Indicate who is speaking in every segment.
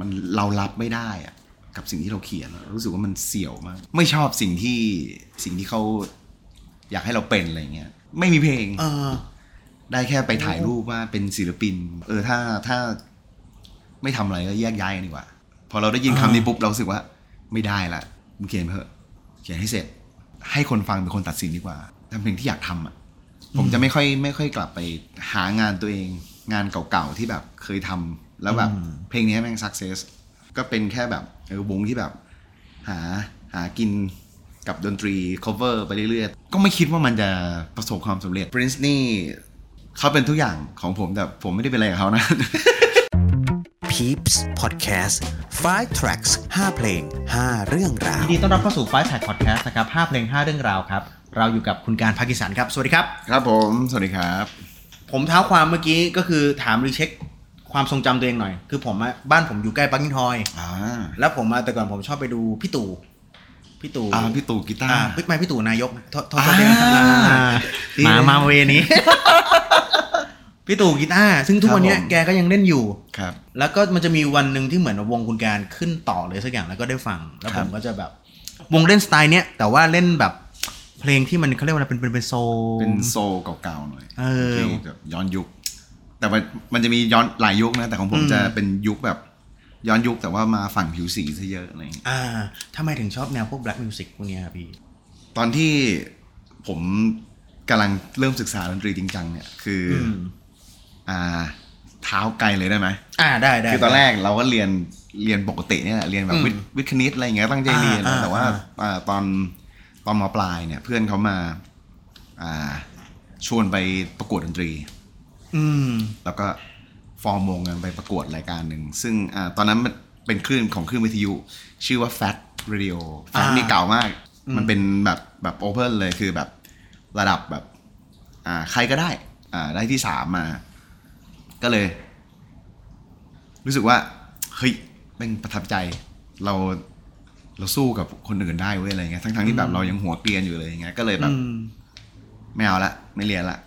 Speaker 1: มันเรารับไม่ได้อะกับสิ่งที่เราเขียนอะรู้สึกว่ามันเสี่ยวมาก ไม่ชอบสิ่งที่สิ่งที่เขาอยากให้เราเป็นอะไรเงี้ยไม่มีเพลง
Speaker 2: เออ
Speaker 1: ได้แค่ไปถ่ายรูปว่าเป็นศิลปิน เออถ้าถ้าไม่ทำอะไรก็แยกย้ายกันดีกว่า พอเราได้ยินคำนี้ปุ๊บเรารู้สึกว่า ไม่ได้ละมึงเขียนไปเถอะเขียนให้เสร็จ ให้คนฟังเป็นคนตัดสินดีกว่าทำเพลงที่อยากทำอ่ะ ผมจะไม่ค่อยไม่ค่อยกลับไปหางานตัวเองงานเก่าๆที่แบบเคยทำแล้วแบบเพลงนี้แม่งสักเซสก็เป็นแค่แบบเออวงที่แบบ หาหากินกับดนตรี cover ไปเรื่อยๆ ก็ไม่คิดว่ามันจะประสบความสำเร็จ Prince นี่เขาเป็นทุกอย่างของผม แต่ผมไม่ได้เป็นอะไรกับเขานะ
Speaker 3: Peeps Podcast 5 tracks 5 เพลง 5 เรื่องราว
Speaker 2: ยินดีต้อนรับเข้าสู่ไฟล์แท็กพอดแคสต์นะครับห้าเพลงห้าเรื่องราวครับ เราอยู่กับคุณการภากิสันครับ สวัสดีครับ
Speaker 1: ครับผม สวัสดีครับ
Speaker 2: ผมเท้าความเมื่อกี้ก็คือถามรีเช็คความทรงจำตัวเองหน่อย คือผมอะบ้านผมอยู่ใกล้ปักกิ้งทอย
Speaker 1: อ่า
Speaker 2: แล้วผมอะแต่ก่อนผมชอบไปดูพี่ตู่ พี่ตู่
Speaker 1: อ่าพี่ตู่กีตา
Speaker 2: อ่า
Speaker 1: ร์
Speaker 2: พี่ไม่พี่ตู่นายกนะโทษโทษ
Speaker 1: อ่า
Speaker 2: ทีนะครับอ่า
Speaker 1: ดี
Speaker 2: หมา
Speaker 1: เลย
Speaker 2: มาเวนี้ พี่ตู่กีตาร์ซึ่งทุกวันเนี้ย
Speaker 1: ครับผม
Speaker 2: แกก็ยังเล่นอยู่
Speaker 1: ครับ
Speaker 2: แล้วก็มันจะมีวันหนึ่งที่เหมือนวงคุณการขึ้นต่อเลยสักอย่างแล้วก็ได้ฟัง แล้ว
Speaker 1: ค
Speaker 2: ผ
Speaker 1: รับ
Speaker 2: มก็จะแบบ วงเล่นสไตล์เนี้ยแต่ว่าเล่นแบบเพลงที่มันเขาเรียกว่าอะไรเป็นเป็นเป็นโซล
Speaker 1: เป็นโซลเก่าๆหน่อย
Speaker 2: เออ
Speaker 1: พลงแบบย้อนยุค แต่มันมันจะมีย้อนหลายยุคนะ แต่ของผม
Speaker 2: อืม
Speaker 1: จะเป็นยุคแบบย้อนยุคแต่ว่ามาฝั่งผิวสีซะเยอะอะไรอย่างเงี้ย
Speaker 2: อ่าทำไมถึงชอบแนวพวก black music พวกเนี้ยครับพี่
Speaker 1: ตอนที่ผมกำลังเริ่มศึกษาดนตรีจริงจังเนี่ยคืออ
Speaker 2: ม
Speaker 1: อ่าเท้าไกลเลยได้ไหม
Speaker 2: อ่าได้ได้
Speaker 1: คือตอนแรกเราก็เรียนเรียนปกติเนี่ยแหละเรียนแบ
Speaker 2: อื
Speaker 1: บ
Speaker 2: ม
Speaker 1: วิทย์วิทย์คณิตอะไรอย่างเงี้ยตั้งใจเรียน
Speaker 2: อ่า
Speaker 1: แต่ว่า
Speaker 2: อ่า
Speaker 1: อ่าตอนตอนมปลายเนี่ยเพื่อนเขามาอ่าชวนไปประกวดดนตรี
Speaker 2: อืม
Speaker 1: แล้วก็ฟอร์มวงกันไปประกวดรายการหนึ่ง ซึ่งอาตอนนั้นมันเป็นคลื่นของคลื่นวิทยุ ชื่อว่า Fat Radio Fat
Speaker 2: อ่านี่
Speaker 1: นี่เก่ามาก มันเป็นแบบแบบโอเพนเลยคือแบบระดับแบบอ่าใครก็ได้อ่าได้ที่สามมา ก็เลย รู้สึกว่า เฮ้ยแม่งประทับใจ เราเราสู้กับคนอื่นได้เว้ยอะไรเงี้ยทั้งๆที่แบบเรายังหัวเกรียนอยู่เลยอย่างเงี้ยก็เลยแบบไม่เอาละไม่เรียนละ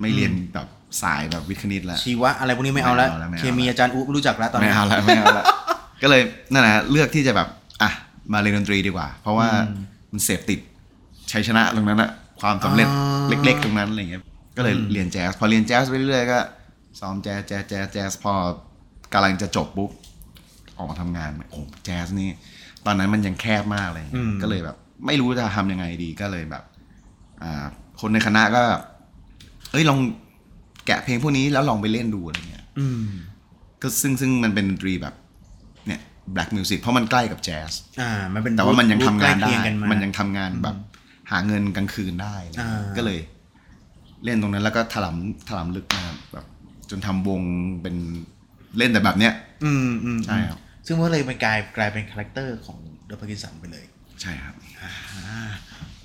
Speaker 1: ไม่เรียนแบบสายแบบวิทย์คณิตละ
Speaker 2: ชีวะอะไรพวกนี้ไม่เอาแล้ว
Speaker 1: ไม่เอาแล้วไม่เอาแล้ว
Speaker 2: เคมีอาจารย์อุ๊ไม่รู้จักแล้วตอน
Speaker 1: ไม่
Speaker 2: นี้
Speaker 1: เอาละไม่เอาละ ก็เลยนั่นแหละฮะเลือกที่จะแบบอ่ะมาเรียนดนตรีดีกว่า เพราะว่ามันเสพติดชัยชนะตรงนั้นอะความสำเร็จ
Speaker 2: อ่า
Speaker 1: เล็ก ๆ ตรงนั้นอะไรเงี้ยก็เลยเรียนแจ๊สพอเรียนแจ๊สไปเรื่อยๆก็ซ้อมแจ๊สแจ๊สแจ๊สแจ๊สพอกำลังจะจบปุ๊บออกมาทำงานโอ้โหแจ๊สนี่ ตอนนั้นมันยังแคบมากเลยก็เลยแบบ ไม่รู้จะทำยังไงดีก็เลยแบบ อ่า คนในคณะก็แบบเอ้ยลองแกะเพลงพวกนี้แล้วลองไปเล่นดูอะไรเงี้ย
Speaker 2: อืม
Speaker 1: ก็ซึ่งซึ่งมันเป็นดนตรีแบบเนี่ย black music เพราะมันใกล้กับแจ๊ส
Speaker 2: อ่า มันเป็น
Speaker 1: แต่ว่ามันยังทำงาน
Speaker 2: รูปใกล้
Speaker 1: ได้
Speaker 2: เคียกัมา
Speaker 1: มันยังทำงานแบบหาเงินกลางคืนได้อะไรเงี้ย
Speaker 2: อ่า
Speaker 1: ก็เลย เล่นตรงนั้นแล้วก็ถลำถลำลึกมากแบบ จนทำวงเป็นเล่นแต่แบบเนี้ย
Speaker 2: อืมอืม
Speaker 1: ใช่ครับ
Speaker 2: ซึ่งมันก็เลยมันกลายกลายเป็นคาแรคเตอร์ของเดอะพาร์กินสันไปเลย
Speaker 1: ใช่ครับ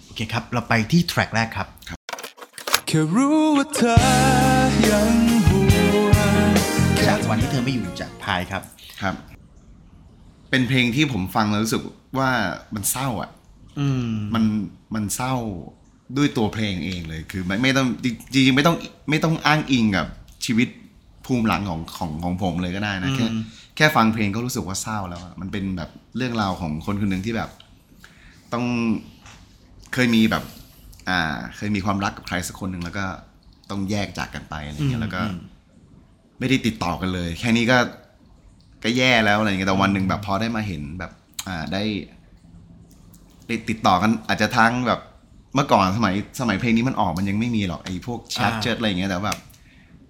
Speaker 2: โอเคครับ เราไปที่แทร็กแรกครับ
Speaker 4: แค่รู้ว่าเธอยังห่วง
Speaker 2: จากวันที่เธอไม่อยู่จากพายครับ
Speaker 1: ครับ เป็นเพลงที่ผมฟังแล้วรู้สึกว่ามันเศร้าอ่ะ
Speaker 2: อืม
Speaker 1: มันมันเศร้าด้วยตัวเพลงเองเลยคือไม่ไม่ต้องจริงจริงๆไม่ต้องไม่ต้องอ้างอิงกับชีวิตภูมิหลังของของของผมเลยก็ได้นะแค่แค่ฟังเพลงก็รู้สึกว่าเศร้าแล้วอะมันเป็นแบบเรื่องราวของคนคนหนึ่งที่แบบ ต้องเคยมีแบบ อ่า เคยมีความรักกับใครสักคนหนึ่งแล้วก็ต้องแยกจากกันไปอะไรเงี้ยแล้วก็ ไม่ได้ติดต่อกันเลย แค่นี้ก็ก็แย่แล้วอะไรเงี้ยแต่วันหนึ่งแบบพอได้มาเห็นแบบ อ่าได้ได้ติดต่อกัน อาจจะทั้งแบบเมื่อก่อนสมัยสมัยเพลงนี้มันออกมันยังไม่มีหรอกไอ้พวกแชท
Speaker 2: อ่า
Speaker 1: เชิดอะไรเงี้ยแต่แบบ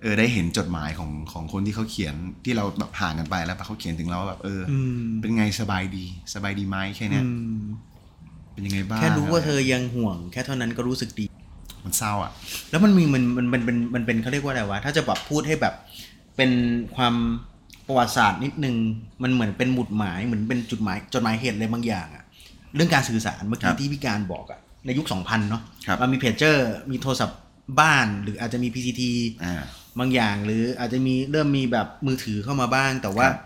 Speaker 1: เออได้เห็นจดหมายของของคนที่เขาเขียนที่เราแบบห่างกันไปแล้วเขาเขียนถึงเราว่าแบบเอออเป็นไงสบายดี สบายดีไหมแค่เนี้ยเป็นยังไงบ้าง
Speaker 2: แค่รู้ว่าเธ
Speaker 1: ะ
Speaker 2: อ
Speaker 1: ไ
Speaker 2: ยังห่วง แค่เท่านั้นก็รู้สึกดี
Speaker 1: มันเศร้าอ่ะ
Speaker 2: แล้วมันมีมันมันมันเป็นมันเป็นเขาเรียกว่าอะไรวะ ถ้าจะแบบพูดให้แบบเป็นความประวัติศาสตร์นิดนึง มันเหมือนเป็นหมุดหมายเหมือนเป็นจุดหมายจดหมายเหตุอะไรบางอย่างอะเรื่องการสื่อสารเมื่อ
Speaker 1: ค
Speaker 2: กี้
Speaker 1: รับ
Speaker 2: ที่พี่การบอกอะในยุค 2000 เนาะ
Speaker 1: ครับ
Speaker 2: มันมีเพจเจอร์มีโทรศัพท์บ้าน หรืออาจจะมี PCT
Speaker 1: อ่า
Speaker 2: บางอย่างหรืออาจจะมีเริ่มมีแบบมือถือเข้ามาบ้าง แต่ว่า
Speaker 1: ครับ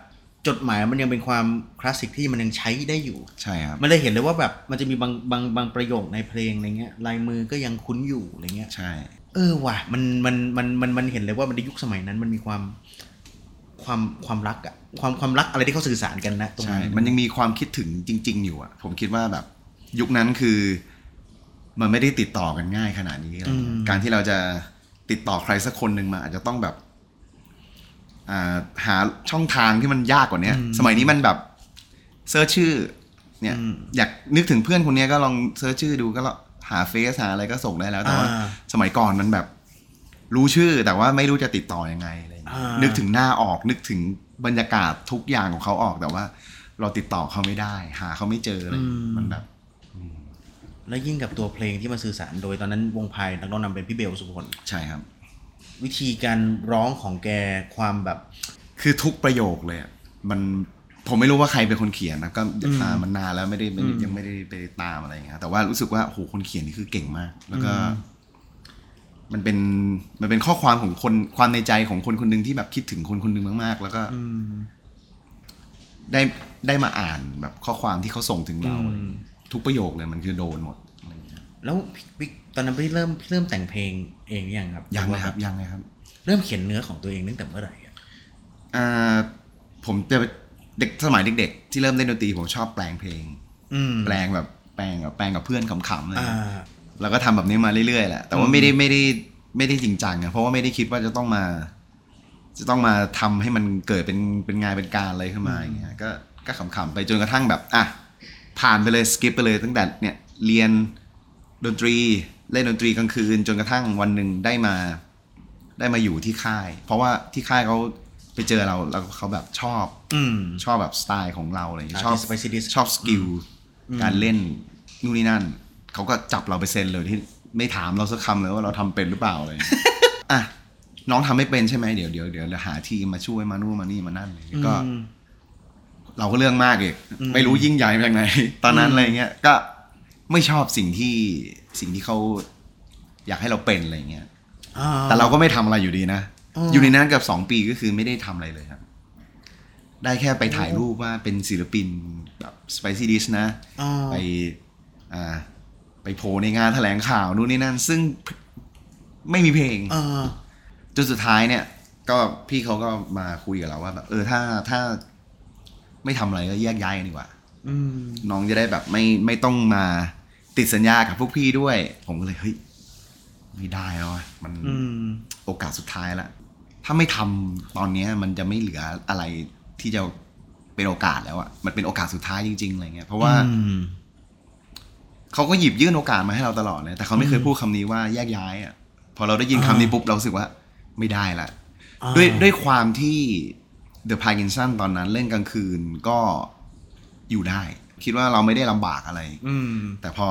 Speaker 2: จดหมายมันยังเป็นความคลาสสิกที่มันยังใช้ได้อยู่
Speaker 1: ใช่ครับ
Speaker 2: มันเลยเห็นเลยว่าแบบมันจะมีบางบางบางประโยคในเพลงอะไรเงี้ยลายมือก็ยังคุ้นอยู่อะไรเงี้ย
Speaker 1: ใช่
Speaker 2: เออว่ะมันมันมันมันมันเห็นเลยว่ามันในยุคสมัยนั้นมันมีความโห ความความรักอะความความรักอะไรที่เขาสื่อสารกันนะตรง
Speaker 1: ใช่
Speaker 2: นั้น
Speaker 1: มันยังมีความคิดถึงจริง ๆ อยู่อ่ะ ผมคิดว่าแบบ ยุคนั้นคือ มันไม่ได้ติดต่อกันง่ายขนาดนี้อะไรเงี้ยการที่เราจะติดต่อใครสักคนหนึ่งมาอาจจะต้องแบบ อ่าหาช่องทางที่มันยากกว่าเนี้ย สมัยนี้มันแบบเซิร์ชชื่อ เนี่ย อยากนึกถึงเพื่อนคนเนี้ยก็ลองเซิร์ชชื่อดูก็แล้วหาเฟซหาอะไรก็ส่งได้แล้วแต่ว่า
Speaker 2: า
Speaker 1: สมัยก่อนมันแบบ รู้ชื่อแต่ว่าไม่รู้จะติดต่อยังไงอะไรอย่างเงี้ย
Speaker 2: อ่านึ
Speaker 1: นึกถึงหน้าออกนึกถึงบรรยากาศทุกอย่างของเขาออกแต่ว่า เราติดต่อเขาไม่ได้ หาเขาไม่เจออะไรอย่างเงี้ยมันแบบ
Speaker 2: แล้วยิ่งกับตัวเพลงที่มันสื่อสารโดยตอนนั้นวงพายนักร้องนำเป็นพี่เบลสุพล
Speaker 1: ใช่ครับ
Speaker 2: วิธีการร้องของแกความแบบ
Speaker 1: คือทุกประโยคเลยอะมันผมไม่รู้ว่าใครเป็นคนเขียนนะก็อ่ามันนานแล้วไม่ได้ไม่ได้ยังไม่ได้ไปตามอะไรอย่างเงี้ยแต่ว่ารู้สึกว่าโหคนเขียนนี่คือเก่งมาก แล้วก็ มันเป็นมันเป็นข้อความของคนความในใจของคนคนหนึ่งที่แบบคิดถึงคนคนหนึ่งมากๆ แล้วก็ได้ได้มาอ่านแบบข้อความที่เขาส่งถึงเราอะไรอย่างเงี้ยทุกประโยคเลยมันคือโดนหมดอะไรอย่างเงี้ย
Speaker 2: แล้วพี่พี่ตอนนั้นพี่เริ่มพี่เริ่มแต่งเพลงเองหรือยังครับ
Speaker 1: ยังเลยครับยังเลยครับ
Speaker 2: เริ่มเขียนเนื้อของตัวเองตั้งแต่เมื่อไหร่อะ
Speaker 1: อ่าผมจะเด็กสมัยเด็ก ๆ ที่เริ่มเล่นดนตรีผมชอบแปลงเพลง
Speaker 2: อืม
Speaker 1: แปลงแบบแปลงกับแปลงกับเพื่อนขำๆเลย
Speaker 2: อ่า
Speaker 1: แล้วก็ทำแบบนี้มาเรื่อยๆแหละ แต่ว่าไม่ได้ไม่ได้ไม่ได้จริงจังอะเพราะว่าไม่ได้คิดว่าจะต้องมา จะต้องมาทำให้มันเกิดเป็นเป็นงานเป็นการอะไรขึ้นมาอย่างเงี้ย ก็ก็ขำๆไปจนกระทั่งแบบอ่ะผ่านไปเลยสกิปไปเลยตั้งแต่เนี่ยเรียนดนตรีเล่นดนตรีกลางคืน จนกระทั่งวันหนึ่งได้มา ได้มาอยู่ที่ค่าย เพราะว่าที่ค่ายเขาไปเจอเราแล้วเขาแบบชอบ
Speaker 2: อืม
Speaker 1: ชอบแบบสไตล์ของเราอะไรอย่างเงี้ยชอบ
Speaker 2: Artist by Citizen
Speaker 1: ชอบสกิลการเล่นนู่นนี่นั่น เขาก็จับเราไปเซ็นเลยที่ไม่ถามเราสักคำเลยว่าเราทำเป็นหรือเปล่าอะไรอย่างเงี้ ย อ่ะน้องทำไม่เป็นใช่ไหมเดี๋ยวเดี๋ยวเดี๋ยวเราหาทีมมาช่วยมานู่นมานี่มานั่นอะไรอย่างเงี้ยก็
Speaker 2: อืม
Speaker 1: เราก็เรื่องมากอีกไม่รู้ยิ่งใหญ่ไปทางไหน ตอนนั้นอะไรเงี้ยก็ไม่ชอบสิ่งที่สิ่งที่เขาอยากให้เราเป็นอะไรเงี้ย
Speaker 2: อ่
Speaker 1: แต่เราก็ไม่ทำอะไรอยู่ดีนะ
Speaker 2: อ๋อ
Speaker 1: อ
Speaker 2: อ
Speaker 1: ยู่ในนั้นเกับสองปีก็คือไม่ได้ทำอะไรเลยครับ ได้แค่ไปถ่ายรูปว่าเป็นศิลปินแบบสไปซี่ดิชนะ
Speaker 2: อ๋อ
Speaker 1: ไปอ่าไปโผล่ในงานแถลงข่าวนู่นนี่นั่น ซึ่งไม่มีเพลง
Speaker 2: เออ
Speaker 1: จนสุดท้ายเนี่ย ก็พี่เขาก็มาคุยกับเราว่าแบบเออถ้าถ้าไม่ทำอะไรก็แยกย้ายกันดีกว่า
Speaker 2: อืม
Speaker 1: น้องจะได้แบบไม่ไม่ต้องมาติดสัญญากับพวกพี่ด้วย ผมก็เลยเฮ้ยไม่ได้แล้วอะมัน
Speaker 2: อืม
Speaker 1: โอกาสสุดท้ายละถ้าไม่ทำตอนเนี้ย มันจะไม่เหลืออะไรที่จะเป็นโอกาสแล้วอะมันเป็นโอกาสสุดท้ายจริงๆอะไรเงี้ยเพราะว่า
Speaker 2: อืม
Speaker 1: เขาก็หยิบยื่นโอกาสมาให้เราตลอดเลยแต่เขาไม่เคยพูดคำนี้ว่าแยกย้ายอ่ะ พอเราได้ยินคำนี้ปุ๊บเรารู้สึกว่าไม่ได้ละ
Speaker 2: อ่า
Speaker 1: ด้วยด้วยความที่ The p a r k i n s o n ตอนนั้นเล่นกลางคืนก็อยู่ได้ คิดว่าเราไม่ได้ลำบากอะไร
Speaker 2: อืม
Speaker 1: แต่พอ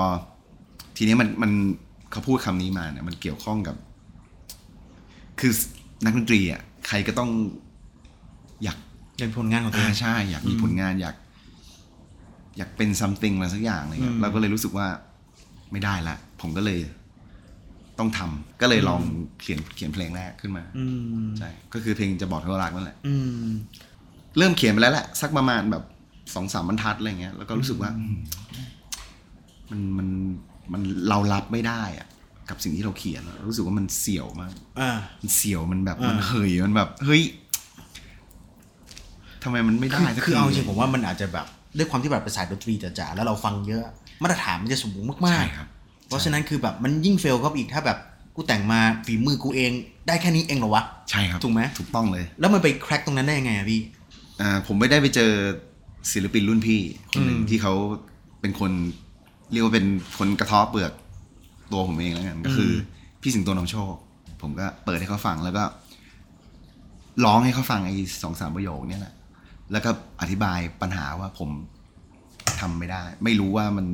Speaker 1: ทีนี้มันมันเขาพูดคำนี้มาเนี่ยมันเกี่ยวข้องกับ คือนักดนตรีอ่ะใครก็ต้องอยาก
Speaker 2: เป็นผลงานของตัวเอ
Speaker 1: อ่าง ใช่อยากมีผลงานอยาก อยากเป็น something อะไรสักอย่างอะไรเงี้ยเราก็เลยรู้สึกว่าไม่ได้ละ ผมก็เลย ต้องทำก็เลยลองเขียนเขียนเพลงแรกขึ้นมา
Speaker 2: อืม
Speaker 1: ใช่ก็คือเพลงจะบอกเธอว่ารักนั่นแหละ
Speaker 2: อืม
Speaker 1: เริ่มเขียนไปแล้วแหละสักประมาณแบบสองสามบรรทัดอะไรเงี้ยแล้วก็รู้สึกว่า มันมันมันเรารับไม่ได้อะกับสิ่งที่เราเขียนอะรู้สึกว่ามันเสี่ยวมาก
Speaker 2: อ่า
Speaker 1: มันเสียวมันแบบ
Speaker 2: อ่ามั
Speaker 1: มันเหยมันแบบ เฮ้ยทำไมมันไม่ได้สัก
Speaker 2: คือ
Speaker 1: ที
Speaker 2: เอาจริงผมว่ามันอาจจะแบบ ด้วยความที่แบบเป็นสายดนตรีจ๋าๆแล้วเราฟังเยอะ มาตรฐานมันจะสูงมาก
Speaker 1: ใช่
Speaker 2: ๆ
Speaker 1: ครับ
Speaker 2: เพราะฉะนั้นคือแบบมันยิ่งเฟลก็อีกถ้าแบบกูแต่งมาฝีมือกูเอง ได้แค่นี้เองเหรอวะ
Speaker 1: ใช่ครับ
Speaker 2: ถูกไหม
Speaker 1: ถูกต้องเลย
Speaker 2: แล้วมันไปแคร็กตรงนั้นได้ยังไงอะพี่
Speaker 1: อ่าผมไม่ได้ไปเจอศิลปินรุ่นพี่คนหนึ่งที่เขาเป็นคนเรียกว่าเป็นคนกระเทาะเปลือกตัวผมเองแล้วกันก็คืออพี่สิงโตนำโชค ผมก็เปิดให้เขาฟังแล้วก็ร้องให้เขาฟังไอ้สองสามประโยคเนี่ยแหละแล้วก็อธิบายปัญหาว่าผมทำไม่ได้ ไม่รู้ว่ามัน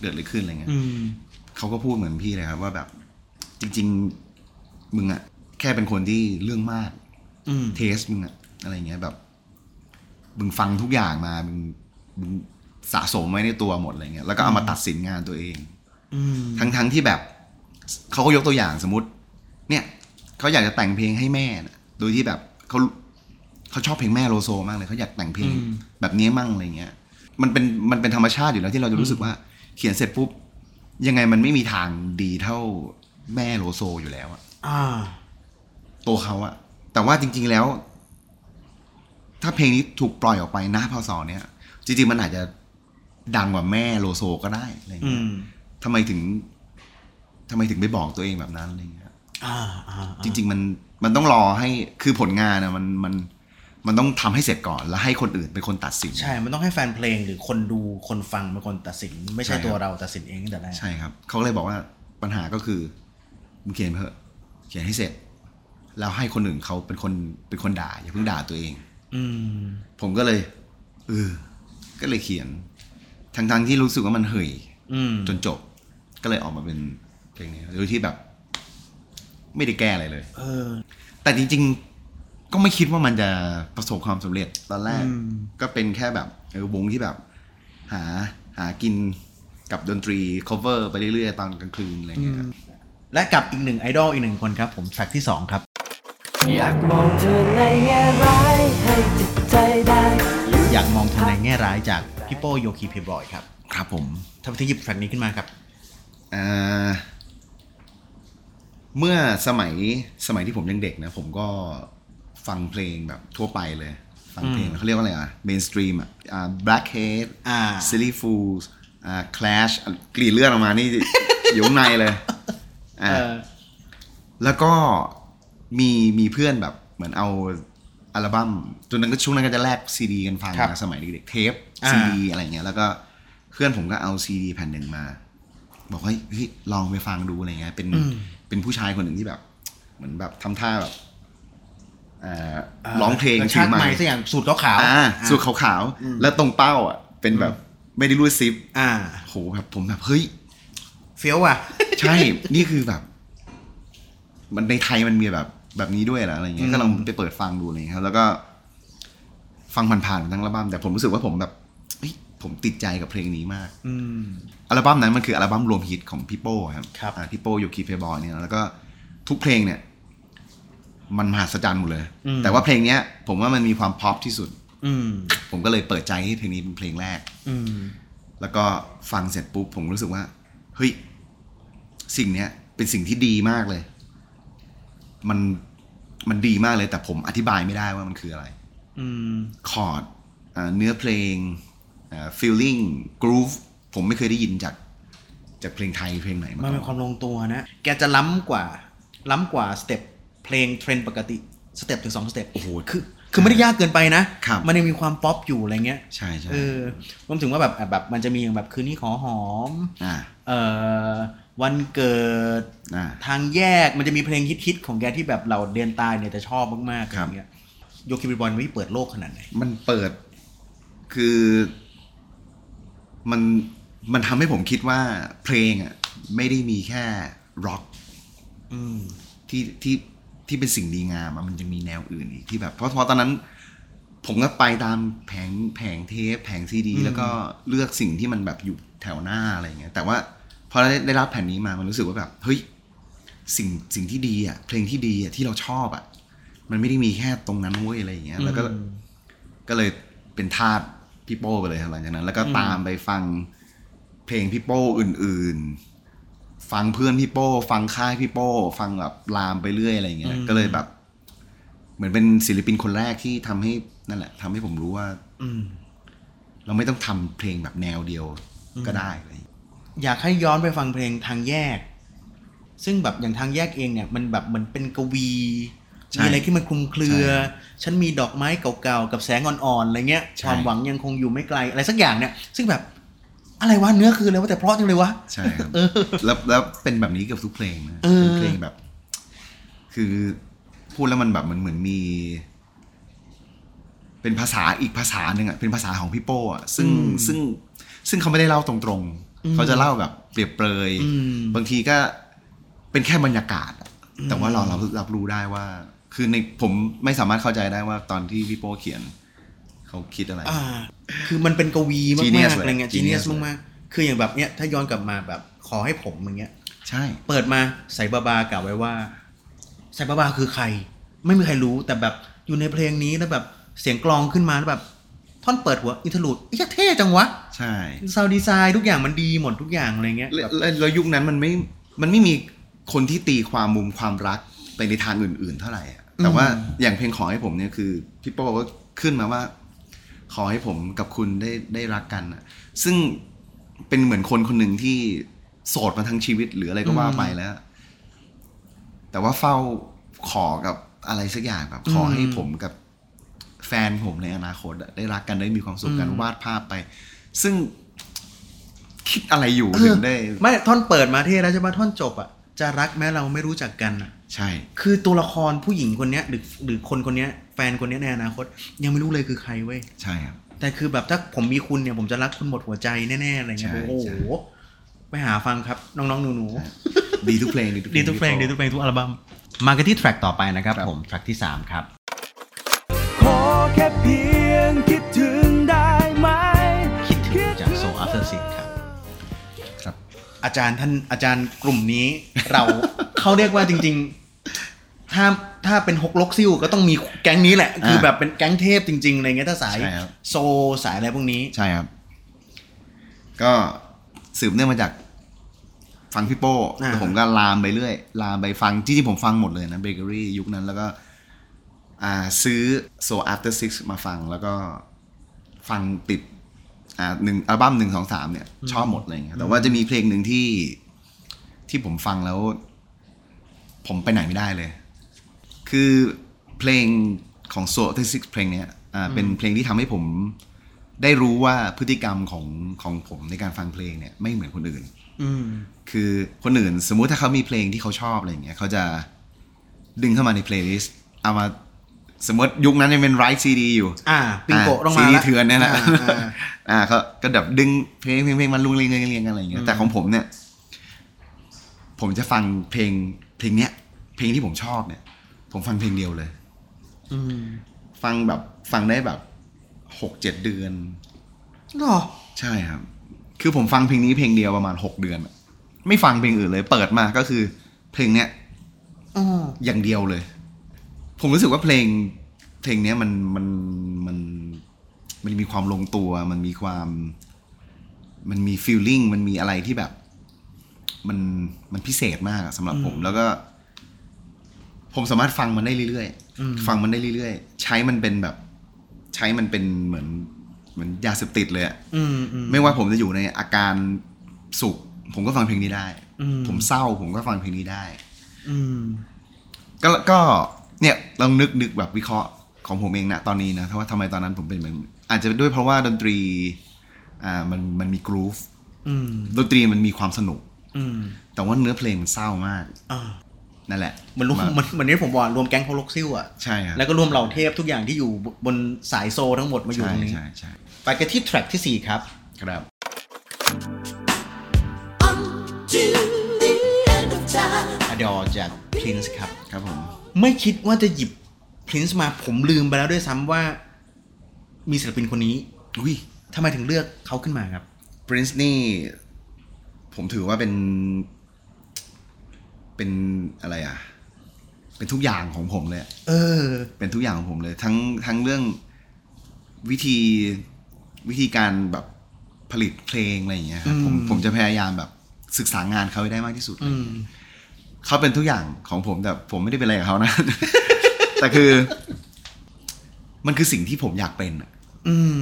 Speaker 1: เกิดอะไรขึ้นอะไรเงี้ย
Speaker 2: อืม
Speaker 1: เขาก็พูดเหมือนพี่เลยครับว่าแบบจริง ๆ มึงอะแค่เป็นคนที่เรื่องมาก
Speaker 2: อืม
Speaker 1: เทสมึงอะอะไรเงี้ยแบบ มึงฟังทุกอย่างมามึงมึงสะสมไว้ในตัวหมดอะไรเงี้ยแล้วก็เอามาตัดสินงานตัวเอง
Speaker 2: อืม
Speaker 1: ทั้งทั้งที่แบบเขาก็ยกตัวอย่างสมมติ เนี่ยเขาอยากจะแต่งเพลงให้แม่นะโดยที่แบบเขาเขาชอบเพลงแม่โลโซมากเลยเขาอยากแต่งเพลง
Speaker 2: อืม
Speaker 1: แบบนี้มั่งอะไรเงี้ย มันเป็นมันเป็นธรรมชาติอยู่แล้วที่เราจะรู้สึกว่า เขียนเสร็จปุ๊บ ยังไงมันไม่มีทางดีเท่าแม่โลโซอยู่แล้วอะ
Speaker 2: อ่า
Speaker 1: ตัวเขาอะแต่ว่าจริง ๆแล้ว ถ้าเพลงนี้ถูกปล่อยออกไปนะพศเนี้ยจริงๆมันอาจจะดังกว่าแม่โลโซก็ได้อะไร
Speaker 2: อื
Speaker 1: เงี้ย
Speaker 2: ม
Speaker 1: ทำไมถึงทำไมถึงไปบอกตัวเองแบบนั้นอะไรเงี้ย
Speaker 2: อ่าอ่า
Speaker 1: จริง ๆ มันมันต้องรอให้คือผลงานนะมันมันมันต้องทำให้เสร็จก่อนแล้วให้คนอื่นเป็นคนตัดสิน
Speaker 2: ใช่ มันต้องให้แฟนเพลงหรือคนดูคนฟังเป็นคนตัดสิน ไม่ใช่
Speaker 1: ใช่ครับ
Speaker 2: ตัวเราตัดสินเองตั้งแต่แรก
Speaker 1: ใช่ครับ เขาเลยบอกว่าปัญหาก็คือมึงเขียนไปเถอะเขียนให้เสร็จ แล้วให้คนอื่นเขาเป็นคนเป็นคนด่า อย่าเพิ่งด่าตัวเอง
Speaker 2: อืม
Speaker 1: ผมก็เลยเออก็เลยเขียน ทั้งๆที่รู้สึกว่ามันเหย
Speaker 2: อืม
Speaker 1: จนจบ ก็เลยออกมาเป็นเพลงนี้โดยที่แบบ ไม่ได้แก้อะไรเลย
Speaker 2: เออ
Speaker 1: แต่จริงๆ ก็ไม่คิดว่ามันจะประสบความสำเร็จตอนแรก
Speaker 2: อืม
Speaker 1: ก็เป็นแค่แบบเออวงที่แบบ หาหากินกับดนตรี cover ไปเรื่อยๆ ตอนกลางคืนอะไรอย่างเงี้ยครับ
Speaker 2: และกับอีกหนึ่งไอดอลอีกหนึ่งคนครับผมแทร็กที่ 2 ครับ
Speaker 5: อยากมองเธอในแง่ร้ายให้จิตใจได้
Speaker 2: อยากมองเธอในแง่ร้ายจากพี่โป้โยคีเพย์บอยครับ
Speaker 1: ครับผม
Speaker 2: ทำไมถึงหยิบแทร็กนี้ขึ้นมาครับ
Speaker 1: เอ่อเมื่อสมัยสมัยที่ผมยังเด็กนะ ผมก็ฟังเพลงแบบทั่วไปเลย ฟังเพลงเขาเรียกว่าอะไรอ่ะ mainstream อ่ะอ่า blackhead
Speaker 2: อ่า
Speaker 1: silly fools อ่า clash อ่ะกรีดเลือดออกมานี่ อยู่ข้างในเลยอ่า แล้วก็มีมีเพื่อนแบบเหมือนเอาอัลบั้มตอนนั้นก็ช่วงนั้นก็จะแลกซีดีกันฟัง
Speaker 2: ครับ
Speaker 1: นะสมัยเด็กๆเทป
Speaker 2: อ่า
Speaker 1: ซีดีอะไรเงี้ยแล้วก็เพื่อนผมก็เอาซีดีแผ่นหนึ่งมา บอกว่าเฮ้ยลองไปฟังดูอะไรเงี้ยเป็นเป็นผู้ชายคนหนึ่งที่แบบ เหมือนแบบทำท่าแบบเอ่อร้องเพลง
Speaker 2: ชาติ
Speaker 1: ถือ
Speaker 2: ให
Speaker 1: ไค์
Speaker 2: ม่สักอย่างสูตรขาวๆ
Speaker 1: อ่าสูทขาวๆ แล้วตรงเป้าอ่ะเป็นแบบไม่ได้รูดซิป
Speaker 2: อ่า
Speaker 1: โหแบบผมแบบเฮ้ย
Speaker 2: เฟี้ยวว่ะ
Speaker 1: ใช่ นี่คือแบบ มันในไทยมันมีแบบแบบนี้ด้วยเหรออะไรเงี้ย ก็ลองไปเปิดฟังดูอะไรเลยครับ แล้วก็ ฟังผ่านๆทั้งอัลบั้ม แต่ผมรู้สึกว่าผมแบบเฮ้ยผมติดใจกับเพลงนี้มาก
Speaker 2: อืม
Speaker 1: อัลบั้มนั้นมันคืออัลบั้มรวมฮิตของพี่โป้ครับ
Speaker 2: ครับ
Speaker 1: อ่าพี่โป้โยคีเพย์บอยเนี่ย แล้วก็ทุกเพลงเนี่ย มันมหัศจรรย์หมดเลย แต่ว่าเพลงเนี้ย ผมว่ามันมีความพอปที่สุด
Speaker 2: อืม
Speaker 1: ผมก็เลยเปิดใจให้เพลงนี้เป็นเพลงแรก
Speaker 2: อืม
Speaker 1: แล้วก็ฟังเสร็จปุ๊บผมรู้สึกว่า เฮ้ย สิ่งเนี้ย เป็นสิ่งที่ดีมากเลย มันมันดีมากเลย แต่ผมอธิบายไม่ได้ว่ามันคืออะไร
Speaker 2: อืม
Speaker 1: คอร์ดอ่าเนื้อเพลงฟีลลิ่งกรูฟผมไม่เคยได้ยินจาก จากเพลงไทยเพลงไหนมา
Speaker 2: มันเป็นค
Speaker 1: ก่อ
Speaker 2: วาน มลงตัวนะ แกจะล้ำกว่า ล้ำกว่าสเต็ปเพลงเทรนด์ปกติสเต็ปถึงสองสเต็ป
Speaker 1: โอ้โหคือ
Speaker 2: คือไม่ได้ยากเกินไปนะ
Speaker 1: ครับ
Speaker 2: มันยังมีความป๊อปอยู่อะไรเงี้ย
Speaker 1: ใช่ใช่
Speaker 2: เออรวมถึงว่าแบบอ่ะแบบมันจะมีอย่างแบบคืนนี้ขอหอม
Speaker 1: อ่า
Speaker 2: เอ่อวันเกิด
Speaker 1: อ่า
Speaker 2: ทางแยกมันจะมีเพลงฮิตๆของแกที่แบบเราเดนตายเนี่ยจะชอบมากๆอะ
Speaker 1: ค
Speaker 2: ไร
Speaker 1: รับ
Speaker 2: เงี้ยโยคิบิบอลไม่เปิดโลกขนาดไหน
Speaker 1: มันเปิดคือมันมันทำให้ผมคิดว่าเพลงอ่ะไม่ได้มีแค่ร็อกที่ที่ที่เป็นสิ่งดีงามอะมันยังมีแนวอื่นอีกที่แบบ เพราะเพราะตอนนั้น ผมก็ไปตามแผงแผงเทปแผงซีดี แล้วก็เลือกสิ่งที่มันแบบอยู่แถวหน้าอะไรอย่างเงี้ยแต่ว่าพอได้ได้รับแผ่นนี้มามันรู้สึกว่าแบบเฮ้ยสิ่งสิ่งที่ดีอ่ะเพลงที่ดีอ่ะที่เราชอบอ่ะมันไม่ได้มีแค่ตรงนั้นเว้ยอะไรอย่างเงี้ยแล้วก็ ก็เลยเป็นทาสพี่โป้ไปเลยครับหลังจากนั้น แล้วก็ตามไปฟังเพลงพี่โป้อื่นๆ ฟังเพื่อนพี่โป้ ฟังค่ายพี่โป้ ฟังแบบลามไปเรื่อยอะไรเงี้ย ก็เลยแบบ เหมือนเป็นศิลปินคนแรกที่ทำให้นั่นแหละทำให้ผมรู้ว่าเราไม่ต้องทำเพลงแบบแนวเดียวก็ได้เลย
Speaker 2: อยากให้ย้อนไปฟังเพลงทางแยก ซึ่งแบบอย่างทางแยกเองเนี่ย มันแบบเหมันเป็นกวี
Speaker 1: ใช่
Speaker 2: มีอะไรที่มันคลุมเครือ ฉันมีดอกไม้เก่าๆ กับแสงอ่อนๆอะไรเงี้ย
Speaker 1: ใช่
Speaker 2: ความหวังยังคงอยู่ไม่ไกลอะไรสักอย่างเนี่ย ซึ่งแบบอะไรวะเนื้อคืออะไรวะแต่เพราะจังเลยวะ
Speaker 1: ใช่ครับแล้วแล้วเป็นแบบนี้เกับทุกเพลงนะ
Speaker 2: เออ
Speaker 1: เป็นเพลงแบบ คือพูดแล้วมันแบบมันเหมือนมี เป็นภาษาอีกภาษาหนึ่งอ่ะเป็นภาษาของพี่โป้อ่ะซึ่งซึ่งซึ่งเขาไม่ได้เล่าตรงๆ เขาจะเล่าแบบเปรียบเปรยบางทีก็เป็นแค่บรรยากาศอะแต่ว่าเรารับรับรู้ได้ว่า คือในผมไม่สามารถเข้าใจได้ว่าตอนที่พี่โป้เขียน เขาคิดอะไร
Speaker 2: อ่า คือมันเป็นกวีมาก
Speaker 1: Genius
Speaker 2: ๆ
Speaker 1: เลย
Speaker 2: อะไรเงี้ยจี
Speaker 1: Genius
Speaker 2: เนียส
Speaker 1: เลย
Speaker 2: มากๆคืออย่างแบบเนี้ยถ้าย้อนกลับมาแบบขอให้ผมอย่างเงี้ย
Speaker 1: ใช่
Speaker 2: เปิดมาไซบาบากล่าวไว้ว่าไซบาบาคือใคร ไม่มีใครรู้แต่แบบอยู่ในเพลงนี้แล้วแบบเสียงกลองขึ้นมาแล้วแบบ ท่อนเปิดหัวอินทลูดไอ้ยเท่จังวะ
Speaker 1: ใช่
Speaker 2: ซาวด์ดีไซน์ทุกอย่างมันดีหมดทุกอย่างอะไรเงี้ย
Speaker 1: แล้ว
Speaker 2: แบบ
Speaker 1: แล้วแล้วยุคนั้นมันไม่ มันไม่มีคนที่ตีความมุมความรักไปในทางอื่น ๆ เท่าไหร่อะแต่ว่าอย่างเพลงของให้ผมเนี่ยคือพี่โป้ก็ ขึ้นมาว่า ขอให้ผมกับคุณได้ได้รักกันน่ะซึ่งเป็นเหมือนคนคนหนึ่งที่โสดมาทั้งชีวิตหรืออะไรก็ว่าไปแล้ว แต่ว่าเฝ้าขอกับอะไรสักอย่างแบบ ขอให้ผมกับแฟนผมในอนาคตอะได้รักกันได้มีความสุขกันวาดภาพไป ซึ่งคิดอะไรอยู่ถึงได้
Speaker 2: ไม่ท่อนเปิดมาเท่แล้วใช่ไหมท่อนจบอ่ะจะรักแม้เราไม่รู้จักกันอ่ะ
Speaker 1: ใช่
Speaker 2: คือตัวละครผู้หญิงคนเนี้ยหรือหรือคนคนเนี้ยแฟนคนเนี้ยในอนาคต ยังไม่รู้เลยคือใครเว้ย
Speaker 1: ใช่ครับ
Speaker 2: แต่คือแบบถ้าผมมีคุณเนี่ยผมจะรักคุณหมดหัวใจแน่ๆอะไรเงี้ย
Speaker 1: ใช่
Speaker 2: โอ้โห
Speaker 1: ใช่
Speaker 2: ไปหาฟังครับน้องๆหนู
Speaker 1: ดีทุกเพลง
Speaker 2: ๆดีทุกเพลงดีทุกเพลงทุกอัลบั้มมากันที่แทร็กต่อไปนะครับผมแทร็กที่ 3 ครับ
Speaker 4: ขอแค่เพียงคิดถึงได้ไหม
Speaker 2: คิดถึงจากโซอัฟเตอร์ซิกครับ
Speaker 1: ครับ
Speaker 2: อาจารย์ท่านอาจารย์กลุ่มนี้ เรา เขาเรียกว่าจริง ๆ ถ้าถ้าเป็นฮกลกซิ่วก็ต้องมีแก๊งนี้แหละ คือแบบเป็นแก๊งเทพจริงๆอะไรเงี้ยถ้าสาย
Speaker 1: ใช่ครับ
Speaker 2: โซสายอะไรพวกนี้
Speaker 1: ใช่ครับ ก็สืบเนื่องมาจากฟังพี่โป้
Speaker 2: อ่า
Speaker 1: แล้วผมก็ลามไปเรื่อย ลามไปฟังที่ที่ผมฟังหมดเลยนะเบเกอรี่ยุคนั้นแล้วก็ อ่าซื้อ so after six มาฟังแล้วก็ฟังติด อ่าหนึ่งอัลบั้มหนึ่งสองสามเนี่ย ชอบหมดเลยอย่างเงี้ยแต่ว่าจะมีเพลงหนึ่งที่ที่ผมฟังแล้ว ผมไปไหนไม่ได้เลย คือเพลงของ so after six เพลงเนี้ยอ่าเป็นเพลงที่ทำให้ผม ได้รู้ว่าพฤติกรรมของของผมในการฟังเพลงเนี่ยไม่เหมือนคนอื่น
Speaker 2: อืม
Speaker 1: คือคนอื่นสมมุติถ้าเขามีเพลงที่เขาชอบอะไรอย่างเงี้ยเขาจะดึงเข้ามาในเพลย์ลิสต์เอามาสมมติยุคนั้นยังเป็นไรซีดีอยู่
Speaker 2: อ่าปิงโกะต้องมา
Speaker 1: ซีดี
Speaker 2: ละ
Speaker 1: เถื่อนเนี่ยแหละ
Speaker 2: อ่าอ่า
Speaker 1: อ่าเขาก็แบบดึงเพลงเพลงเพลงมันลุงเรียงเรียงเรียงกันอะไรอย่างเงี้ยแต่ของผมเนี่ย ผมจะฟังเพลงเพลงเนี้ย เพลงที่ผมชอบเนี่ย ผมฟังเพลงเดียวเลย
Speaker 2: อืม
Speaker 1: ฟังแบบฟังได้แบบหกเจ็ดเดือน
Speaker 2: หรอ
Speaker 1: ใช่ครับ คือผมฟังเพลงนี้เพลงเดียวประมาณหกเดือนอะไม่ฟังเพลงอื่นเลย เปิดมาก็คือเพลงเนี้ย
Speaker 2: อ๋อ
Speaker 1: อย่างเดียวเลย ผมรู้สึกว่าเพลง เพลงเนี้ยมันมันมันมันมีความลงตัว มันมีความ มันมีฟีลลิ่งมันมีอะไรที่แบบ มันมันพิเศษมากอะสำหรับผมแล้วก็ ผมสามารถฟังมันได้เรื่อยๆฟังมันได้เรื่อยๆ ใช้มันเป็นแบบ ใช้มันเป็นเหมือนเหมือนยาเสพติดเลยอะ
Speaker 2: อืมอืม
Speaker 1: ไม่ว่าผมจะอยู่ในอาการสุข ผมก็ฟังเพลงนี้ได้
Speaker 2: อืม
Speaker 1: ผมเศร้าผมก็ฟังเพลงนี้ได้
Speaker 2: อืม
Speaker 1: ก็ก็เนี่ยลองนึกนึกแบบวิเคราะห์ของผมเองนะตอนนี้นะว่าทำไมตอนนั้นผมเป็นแบบนี้อาจจะด้วยเพราะว่าดนตรีอ่ามันมันมีกรูฟ
Speaker 2: อืม
Speaker 1: ดนตรีมันมีความสนุก
Speaker 2: อืม
Speaker 1: แต่ว่าเนื้อเพลงมันเศร้ามาก
Speaker 2: อ่า
Speaker 1: นั่นแหละ
Speaker 2: มันรวม
Speaker 1: า
Speaker 2: มันมันนี่ผมบอกรวมแก๊งโฮล็อกซิลอ่ะ
Speaker 1: ใช่ครับ
Speaker 2: แล้วก็รวมเหล่าเทพทุกอย่างที่อยู่บนสายโซทั้งหมดมาอยู่
Speaker 1: ใช่
Speaker 2: ตรงนี้
Speaker 1: ใช่ใช่
Speaker 2: ไปกันที่แทร็กที่ 4 ครับ
Speaker 1: ครับ
Speaker 6: Until the end of time.
Speaker 2: Adore จาก Prince ครับ
Speaker 1: ครับผม
Speaker 2: ไม่คิดว่าจะหยิบ Prince มาผมลืมไปแล้วด้วยซ้ำว่า มีศิลปินคนนี้
Speaker 1: อุ้ย
Speaker 2: ทำไมถึงเลือกเขาขึ้นมาครับ
Speaker 1: ปรินซ์นี่ผมถือว่าเป็นเป็นอะไรอ่ะ เป็นทุกอย่างของผมเลยอะ
Speaker 2: เออ
Speaker 1: เป็นทุกอย่างของผมเลย ทั้งทั้งเรื่องวิธีวิธีการแบบผลิตเพลงอะไรอย่างเงี้ยครับผมผมจะพยายามแบบศึกษางานเขาให้ได้มากที่สุด
Speaker 2: อืม
Speaker 1: เขาเป็นทุกอย่างของผมแต่ผมไม่ได้เป็นอะไรกับเขานะ แต่คือมันคือสิ่งที่ผมอยากเป็นอะ
Speaker 2: อืม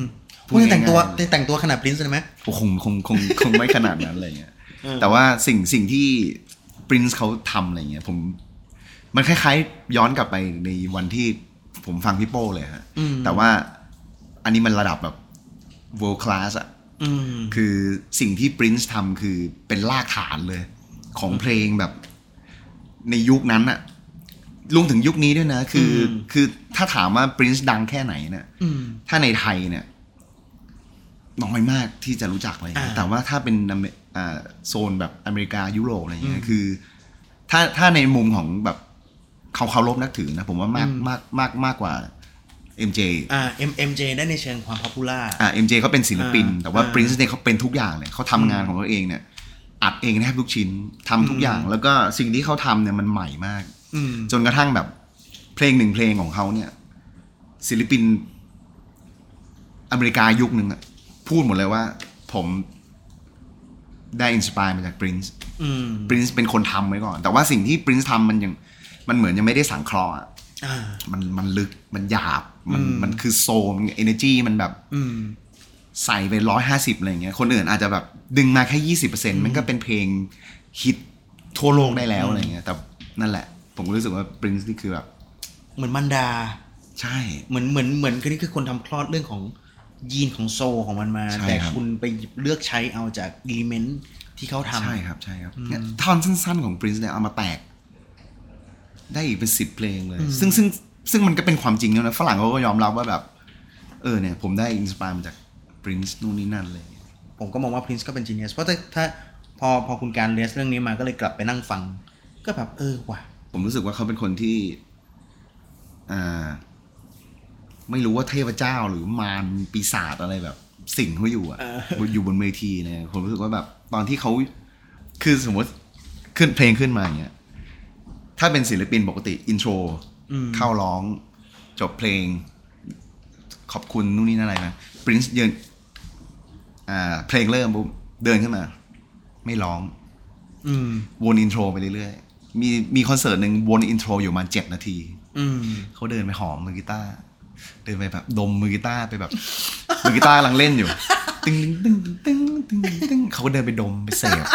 Speaker 1: พู
Speaker 2: พู
Speaker 1: ด
Speaker 2: ด
Speaker 1: ง่ายๆ
Speaker 2: แต่งตัวแต่งตัวขนาด Prince เลยไหม
Speaker 1: คงคงคงคงไม่ขนาดนั้นอะไรเงี้ย แต่ว่าสิ่งสิ่งที่ปรินซ์เขาทำอะไรเงี้ย ผม มันคล้ายๆ ย้อนกลับไปในวันที่ผมฟังพี่โป้เลยฮะ แต่ว่าอันนี้มันระดับแบบ world class อะ
Speaker 2: อืม
Speaker 1: คือสิ่งที่ปรินซ์ทำคือเป็นรากฐานเลย ของเพลงแบบในยุคนั้นอะรวมถึงยุคนี้ด้วยนะ คืออ
Speaker 2: ม
Speaker 1: คือถ้าถามว่าปรินซ์ดังแค่ไหนเนี่ย
Speaker 2: อืม
Speaker 1: ถ้าในไทยเนี่ยน้อยมากที่จะรู้จักอะไรอย่างเงี้ย
Speaker 2: อ่า
Speaker 1: แต่ว่าถ้าเป็นอเมอ่าโซนแบบอเมริกายุโรปอะไรอย่างเงี้ยคือ ถ้าถ้าในมุมของแบบเขาเคารพนักถือนะ ผมว่ามากมากมากมากกว่า MJ
Speaker 2: อ่า MMJ ได้ในเชิงความ popular
Speaker 1: อ่า MJ เขาเป็นศิลปิน
Speaker 2: อ่า
Speaker 1: แต่ว่า
Speaker 2: อ่า
Speaker 1: Prince เนี่ยเขาเป็นทุกอย่างเลยเขาทำงานของเขาเองเนี่ย อัดเองแทบทุกชิ้นทำทุกอย่าง แล้วก็สิ่งที่เขาทำเนี่ยมันใหม่มาก
Speaker 2: อืม
Speaker 1: จนกระทั่งแบบเพลงหนึ่งเพลงของเขาเนี่ย ศิลปิน อเมริกายุคหนึ่งอะพูดหมดเลยว่า ผมได้อินสปายมาจากปรินซ์
Speaker 2: อืม
Speaker 1: ปรินซ์เป็นคนทำไว้ก่อน แต่ว่าสิ่งที่ปรินซ์ทำมันยังมันเหมือนยังไม่ได้สังเคราะห์อะ
Speaker 2: อ่า
Speaker 1: มันมันลึกมันหยาบ มันมันคือโซมเอเนจีมันแบบใส่ไปร้อยห้าสิบอะไรเงี้ยคนอื่นอาจจะแบบดึงมาแค่ยี่สิบเปอร์เซ็นต์มันก็เป็นเพลงฮิตทั่วโลกได้แล้วอะไรเงี้ยแต่นั่นแหละ ผมก็รู้สึกว่า Prince นี่คือแบบ
Speaker 2: เหมือนมันดา
Speaker 1: ใช่
Speaker 2: เหมือนเหมือนเหมือนคือนี่คือคนทำคลอดเรื่องของยีนของโซลของมันมา
Speaker 1: ใช่
Speaker 2: แต่
Speaker 1: ครับ
Speaker 2: คุณไปหยิบเลือกใช้เอาจากอิเลเมนต์ที่เขาทำ
Speaker 1: ใช่ครับใช่ครับเนี่ยท่อนสั้นๆของ Prince เนี่ยเอามาแตก ได้อีกเป็นสิบเพลงเลย ซึ่งซึ่งซึ่งมันก็เป็นความจริงแล้วนะฝรั่งเขาก็ยอมรับว่าแบบ เออเนี่ย ผมได้อินสปายมาจาก Prince นู่นนี่นั่นเลย
Speaker 2: ผมก็มองว่าพรินซ์ก็เป็นจีเนียสเพราะถ้าถ้าพอพอคุณการเลสเรื่องนี้มาก็เลยกลับไปนั่งฟัง ก็แบบเออว่ะ
Speaker 1: ผมรู้สึกว่าเขาเป็นคนที่อ่าไม่รู้ว่าเทพเจ้าหรือมารปีศาจอะไรแบบ สิ่งเขาอยู่อะอยู่บนเวทีเนี่ยผมรู้สึกว่าแบบ ตอนที่เขาคือสมมติขึ้นเพลงขึ้นมาอย่างเงี้ยถ้าเป็นศิลปินปกติอินโทรเข้าร้อง จบเพลง ขอบคุณนู่นนี่นั่นอะไรนะปรินซ์ยืนอ่าเพลงเริ่มปุ๊บเดินขึ้นมา ไม่ร้อง
Speaker 2: อืม
Speaker 1: วนอินโทรไปเรื่อยๆ มีมีคอนเสิร์ตหนึ่งวนอินโทรอยู่ประมาณเจ็ดนาที
Speaker 2: อืม
Speaker 1: เขาเดินไปหอมมือกีตาร์ เดินไปแบบดมมือกีตาร์ไปแบบ มือกีตาร์กำลังเล่นอยู่ ตึงตึงตึงตึงตึงตึงเขาก็เดินไปดมไปเสพ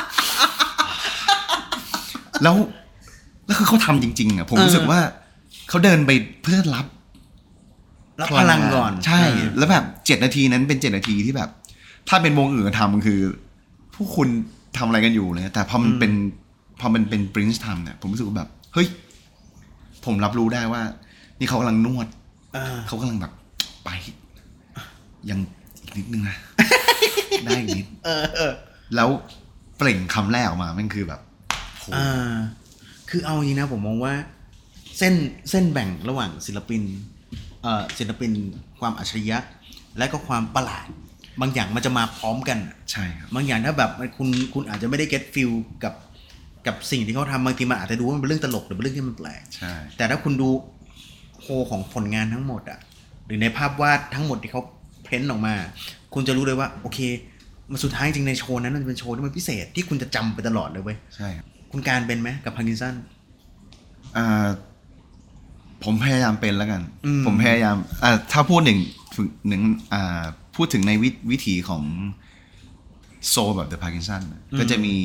Speaker 1: แล้วแล้วคือเขาทำจริง ๆ อ่ะ ผมรู้สึกว่า เขาเดินไปเพื่อรับ
Speaker 2: รับพลังก่อน
Speaker 1: ใช่
Speaker 2: เออ
Speaker 1: แล้วแบบเจ็ดนาทีนั้นเป็นเจ็ดนาทีที่แบบ ถ้าเป็นวงอื่นทำคือ ผู้คุณทำอะไรกันอยู่เลยแต่พอมันเป็นพอมันเป็นปรินซ์ทำเนี่ยผมรู้สึกว่าแบบ เฮ้ย ผมรับรู้ได้ว่า นี่เขากำลังนวด
Speaker 2: เออ
Speaker 1: เขากำลังแบบ ไป ยังอีกนิดนึงนะ ได้อีกนิดแล้วเปล่งคำแรกออกมามันคือแบบโห
Speaker 2: อ่าคือเอาจริงนะผมมองว่า เส้นเส้นแบ่งระหว่างศิลปินเอ่อศิลปินความอัจฉริยะ และก็ความประหลาด บางอย่างมันจะมาพร้อมกัน
Speaker 1: ใช่ครับ
Speaker 2: บางอย่างถ้าแบบมันคุณคุณอาจจะไม่ได้ get feel กับกับสิ่งที่เขาทำบางทีมันอาจจะดูว่ามันเป็นเรื่องตลกหรือเป็นเรื่องที่มันแปลก
Speaker 1: ใช่
Speaker 2: แต่ถ้าคุณดูโคของผลงานทั้งหมดอะหรือในภาพวาดทั้งหมดที่เขาเพ้นท์ออกมา คุณจะรู้เลยว่า โอเค มันสุดท้ายจริงๆในโชว์นั้นมันเป็นโชว์ที่มันพิเศษที่คุณจะจำไปตลอดเลยเว้ย
Speaker 1: ใช่ครับ
Speaker 2: คุณการเป็นไหมกับพันกินสัน
Speaker 1: อ่าผมพยายามเป็นแล้วกัน
Speaker 2: อืม
Speaker 1: ผมพยายามอ่าถ้าพูดหนึ่งถึงหนึ่งอ่าพูดถึงในวิวิถีของโซลแบบเดอะพาร์กินสันก็จะมี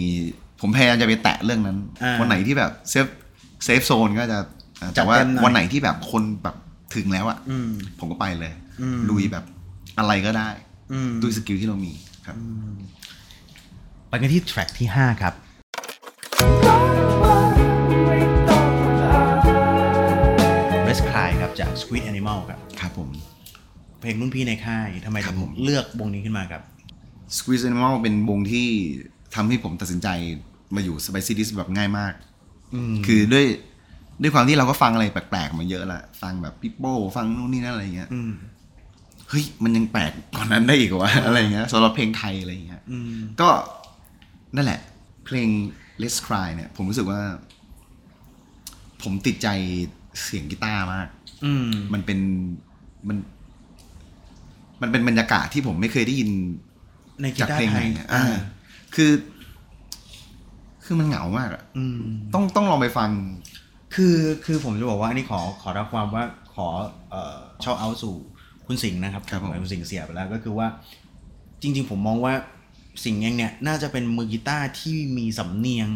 Speaker 1: ผมพยายามจะไปแตะเรื่องนั้น
Speaker 2: อ่า
Speaker 1: วันไหนที่แบบเซฟเซฟโซนก็จะอ่า
Speaker 2: จั
Speaker 1: แต่
Speaker 2: ด
Speaker 1: ว่า
Speaker 2: เต็มหน่อย
Speaker 1: วันไหนที่แบบคนแบบถึงแล้วอะ
Speaker 2: อืม
Speaker 1: ผมก็ไปเลย
Speaker 2: อืม
Speaker 1: ลุยแบบอะไรก็ได้
Speaker 2: อืม
Speaker 1: ด้วยสกิลที่เรามีครับ
Speaker 2: ไปกันที่แทร็กที่ 5 ครับ r e s t Cry ครับจาก Squid Animal ครับ
Speaker 1: ครับผม
Speaker 2: เพลงรุ่นพี่ในค่ายทำไม
Speaker 1: ครั
Speaker 2: ถึ
Speaker 1: บ
Speaker 2: ง
Speaker 1: ผม
Speaker 2: เลือกวงนี้ขึ้นมาครับ
Speaker 1: Squeeze Animal เป็นวงที่ทำให้ผมตัดสินใจมาอยู่ Spicy Disc แบบง่ายมาก คือด้วยด้วยความที่เราก็ฟังอะไรแปลกๆมาเยอะละฟังแบบปิปโป้ฟังนู่นนี่นั่นอะไรเงี้ยเฮ้ย มันยังแปลกกว่านั้นได้อีกเหรอวะ อะไรเงี้ยสำหรับเพลงไทยอะไรเงี้ยก็นั่นแหละ เพลง Let's Cry เนี่ย ผมรู้สึกว่า ผมติดใจเสียงกีตาร์มาก
Speaker 2: อืม
Speaker 1: มันเป็นมัน มันเป็นบรรยากาศที่ผมไม่เคยได้ยิน
Speaker 2: ในกี
Speaker 1: จาก
Speaker 2: ตา
Speaker 1: เพล
Speaker 2: ร์
Speaker 1: ง
Speaker 2: ไท
Speaker 1: ไหน
Speaker 2: ย
Speaker 1: เนี่ยอ่า คือ คือมันเหงามากอะ
Speaker 2: อืม
Speaker 1: ต้องต้องลองไปฟัง
Speaker 2: คือคือผมจะบอกว่าอันนี้ขอขอรับความว่าขอเอ่อช่าเอาสู่คุณสิงห์นะครับ
Speaker 1: ครับผม
Speaker 2: ณสิงห์เสียไปแล้วก็คือว่าจริง ๆ ผมมองว่าสิงห์เองเนี่ยน่าจะเป็นมือกีตาร์ที่มีสำเนียง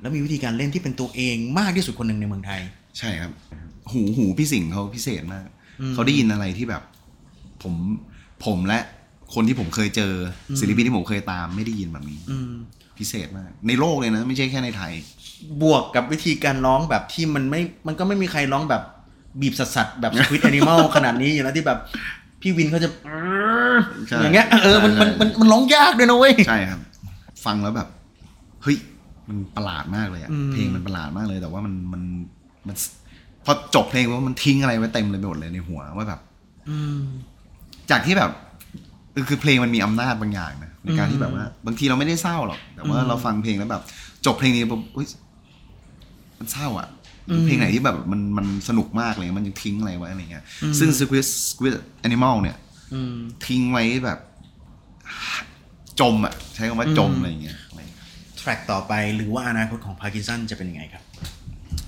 Speaker 2: และมีวิธีการเล่นที่เป็นตัวเองมากที่สุดคนหนึ่งในเมืองไทย
Speaker 1: ใช่ครับ หูหูพี่สิงห์เขาพิเศษมาก เขาได้ยินอะไรที่แบบ ผมผมและคนที่ผมเคยเจออศิลปินที่ผมเคยตามไม่ได้ยินแบบนี้
Speaker 2: อืม
Speaker 1: พิเศษมาก ในโลกเลยนะ ไม่ใช่แค่ในไทย
Speaker 2: บวกกับวิธีการร้องแบบที่มันไม่ มันก็ไม่มีใครร้องแบบบีบสัสๆแบบ สควิตแอนิมอล ขนาดนี้อยู่แล้วที่แบบพี่วินเขาจะ
Speaker 1: ใช่
Speaker 2: อย่างเงี้ยเออมันมัน
Speaker 1: ใช่
Speaker 2: มันมันร้องยากด้วยนะเว้ย
Speaker 1: ใช่ครับ ฟังแล้วแบบเฮ้ยมันประหลาดมากเลยอะเพลงมันประหลาดมากเลย แต่ว่ามันมันมัน พอจบเพลงว่ามันทิ้งอะไรไว้เต็มเลยไปหมดเลยในหัวว่าแบบ จากที่แบบคือเพลงมันมีอำนาจบางอย่างนะในการที่แบบว่า บางทีเราไม่ได้เศร้าหรอก แต่ว่าเราฟังเพลงแล้วแบบ จบเพลงนี้ปุ๊บอุ๊ยมันเศร้าอ่ะเพลงไหนที่แบบมันมันสนุกมากเลยมันยังทิ้งอะไรไว้อะไรเงี้ย ซึ่ง Squid Squid Animal เนี่ยทิ้งไว้แบบ จมอ่ะ ใช้คำว่าจมอะไรอย่างเงี้ย
Speaker 2: แทร็กต่อไปหรือว่าอนาคตของพาร์กินสันจะเป็นยังไงครับ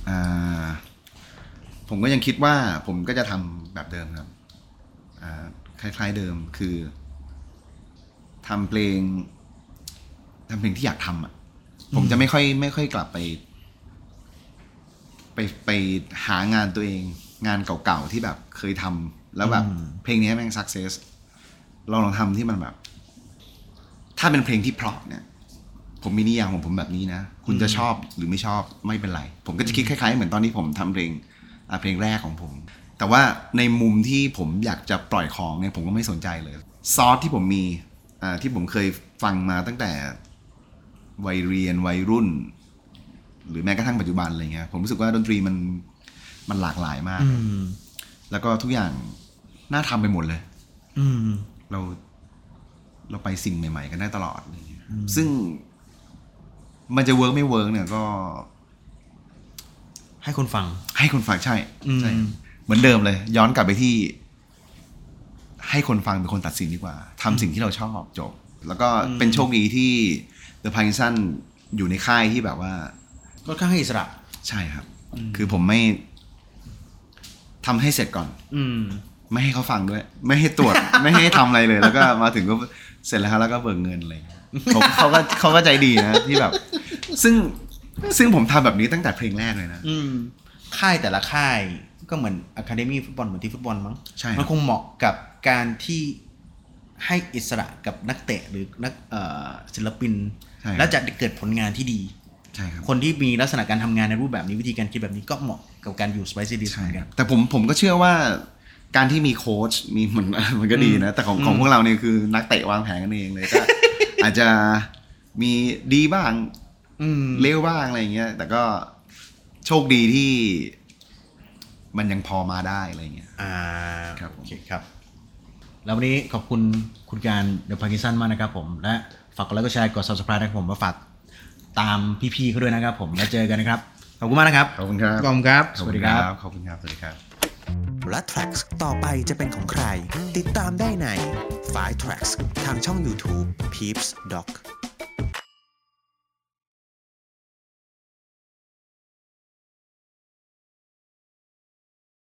Speaker 1: อ่า ผมก็ยังคิดว่าผมก็จะทำแบบเดิมครับ อ่าคล้ายๆเดิมคือทำเพลงทำเพลงที่อยากทำอ่ะ ผมจะไม่ค่อยไม่ค่อยกลับไป ไปไปหางานตัวเองงานเก่าๆที่แบบเคยทำแล้วแบบเพลงนี้แม่งสักเซสเราลองทำที่มันแบบ ถ้าเป็นเพลงที่เพราะเนี่ย ผมมีนิยามของผมแบบนี้นะ คุณจะชอบหรือไม่ชอบไม่เป็นไร ผมก็จะคิดคล้ายๆ เหมือนตอนที่ผมทำเพลงอ่ะเพลงแรกของผม แต่ว่าในมุมที่ผมอยากจะปล่อยของเนี่ยผมก็ไม่สนใจเลย ซอสที่ผมมีอ่าที่ผมเคยฟังมาตั้งแต่วัยเรียนวัยรุ่น หรือแม้กระทั่งปัจจุบันอะไรเงี้ยผมรู้สึกว่าดนตรีมันมันหลากหลายมาก แล้วก็ทุกอย่างน่าทำไปหมดเลย
Speaker 2: อืม
Speaker 1: เราเราไปสิ่งใหม่ ๆ กันได้ตลอดอะไรเงี้ยซึ่งมันจะเวิร์กไม่เวิร์กเนี่ยก็
Speaker 2: ให้คนฟัง
Speaker 1: ให้คนฟังใช่ใช่
Speaker 2: อืม
Speaker 1: เหมือนเดิมเลย ย้อนกลับไปที่ ให้คนฟังเป็นคนตัดสินดีกว่าทำสิ่งที่เราชอบจบ แล้วก็เป็นโชคดีที่ The p a r k i n s o n อยู่ในค่ายที่แบบว่า
Speaker 2: ค่อนข้างให้อิสระ
Speaker 1: ใช่ครับ คือผมไม่ทำให้เสร็จก่อน
Speaker 2: อืม
Speaker 1: ไม่ให้เขาฟังด้วย ไม่ให้ตรวจ ไม่ให้ทำอะไรเลย แล้วก็มาถึงก็เสร็จแล้วครับแล้วก็เบิกเงินอะไรอย่างเลยผมเขาก็เขาก็ใจดีนะที่แบบ ซึ่งซึ่งผมทำแบบนี้ตั้งแต่เพลงแรกเลยนะ
Speaker 2: อืม ค่ายแต่ละค่ายก็เหมือนอะคาเดมี่ฟุตบอลเหมือนที่ฟุตบอลมั้ง
Speaker 1: ใช่ครับ
Speaker 2: มันคงเหมาะกับการที่ให้อิสระกับนักเตะหรือนักเอ่อศิลปิน แล้วจะเกิดผลงานที่ดี
Speaker 1: ใช่ครับ
Speaker 2: คนที่มีลักษณะการทำงานในรูปแบบนี้วิธีการคิดแบบนี้ก็เหมาะกับการอยู่ Spicy d i s เห
Speaker 1: ใช่
Speaker 2: มือน
Speaker 1: ค
Speaker 2: กั
Speaker 1: รับ
Speaker 2: น
Speaker 1: แต่ผมผมก็เชื่อว่า การที่มีโค้ชมีมันมันก็ดีนะ แต่ของของพวกเราเนี่ยคือนักเตะวางแผนกันเองเลย ก็ อาจจะมีดีบ้าง
Speaker 2: อืม
Speaker 1: เลี้ยวบ้างอะไรอย่างเงี้ย แต่ก็โชคดีที่มันยังพอมาได้อะไรอย่างเงี้ย
Speaker 2: อ่า
Speaker 1: ครับผม
Speaker 2: โอเคครับ แล้ววันนี้ขอบคุณคุณการเดอะพาร์กินสันมากนะครับผม และฝากกดไลค์กดแชร์กด subscribe นะครับผมมาฝากตามพี่ๆเขาด้วยนะครับผมแล้วเจอกันนะครับ ขอบคุณมากนะครับ
Speaker 1: ขอบคุณครับ
Speaker 2: ขอบคุณครับ
Speaker 1: ข
Speaker 2: ส
Speaker 1: อบ
Speaker 2: วัส
Speaker 1: คุ
Speaker 2: ดี
Speaker 1: ณ
Speaker 2: ครับ
Speaker 1: ขอบคุณครับ สวัสดีครับ
Speaker 3: และ Tracks ต่อไปจะเป็นของใคร ติดตามได้ใน f i Tracks ทางช่อง YouTube Peeps Doc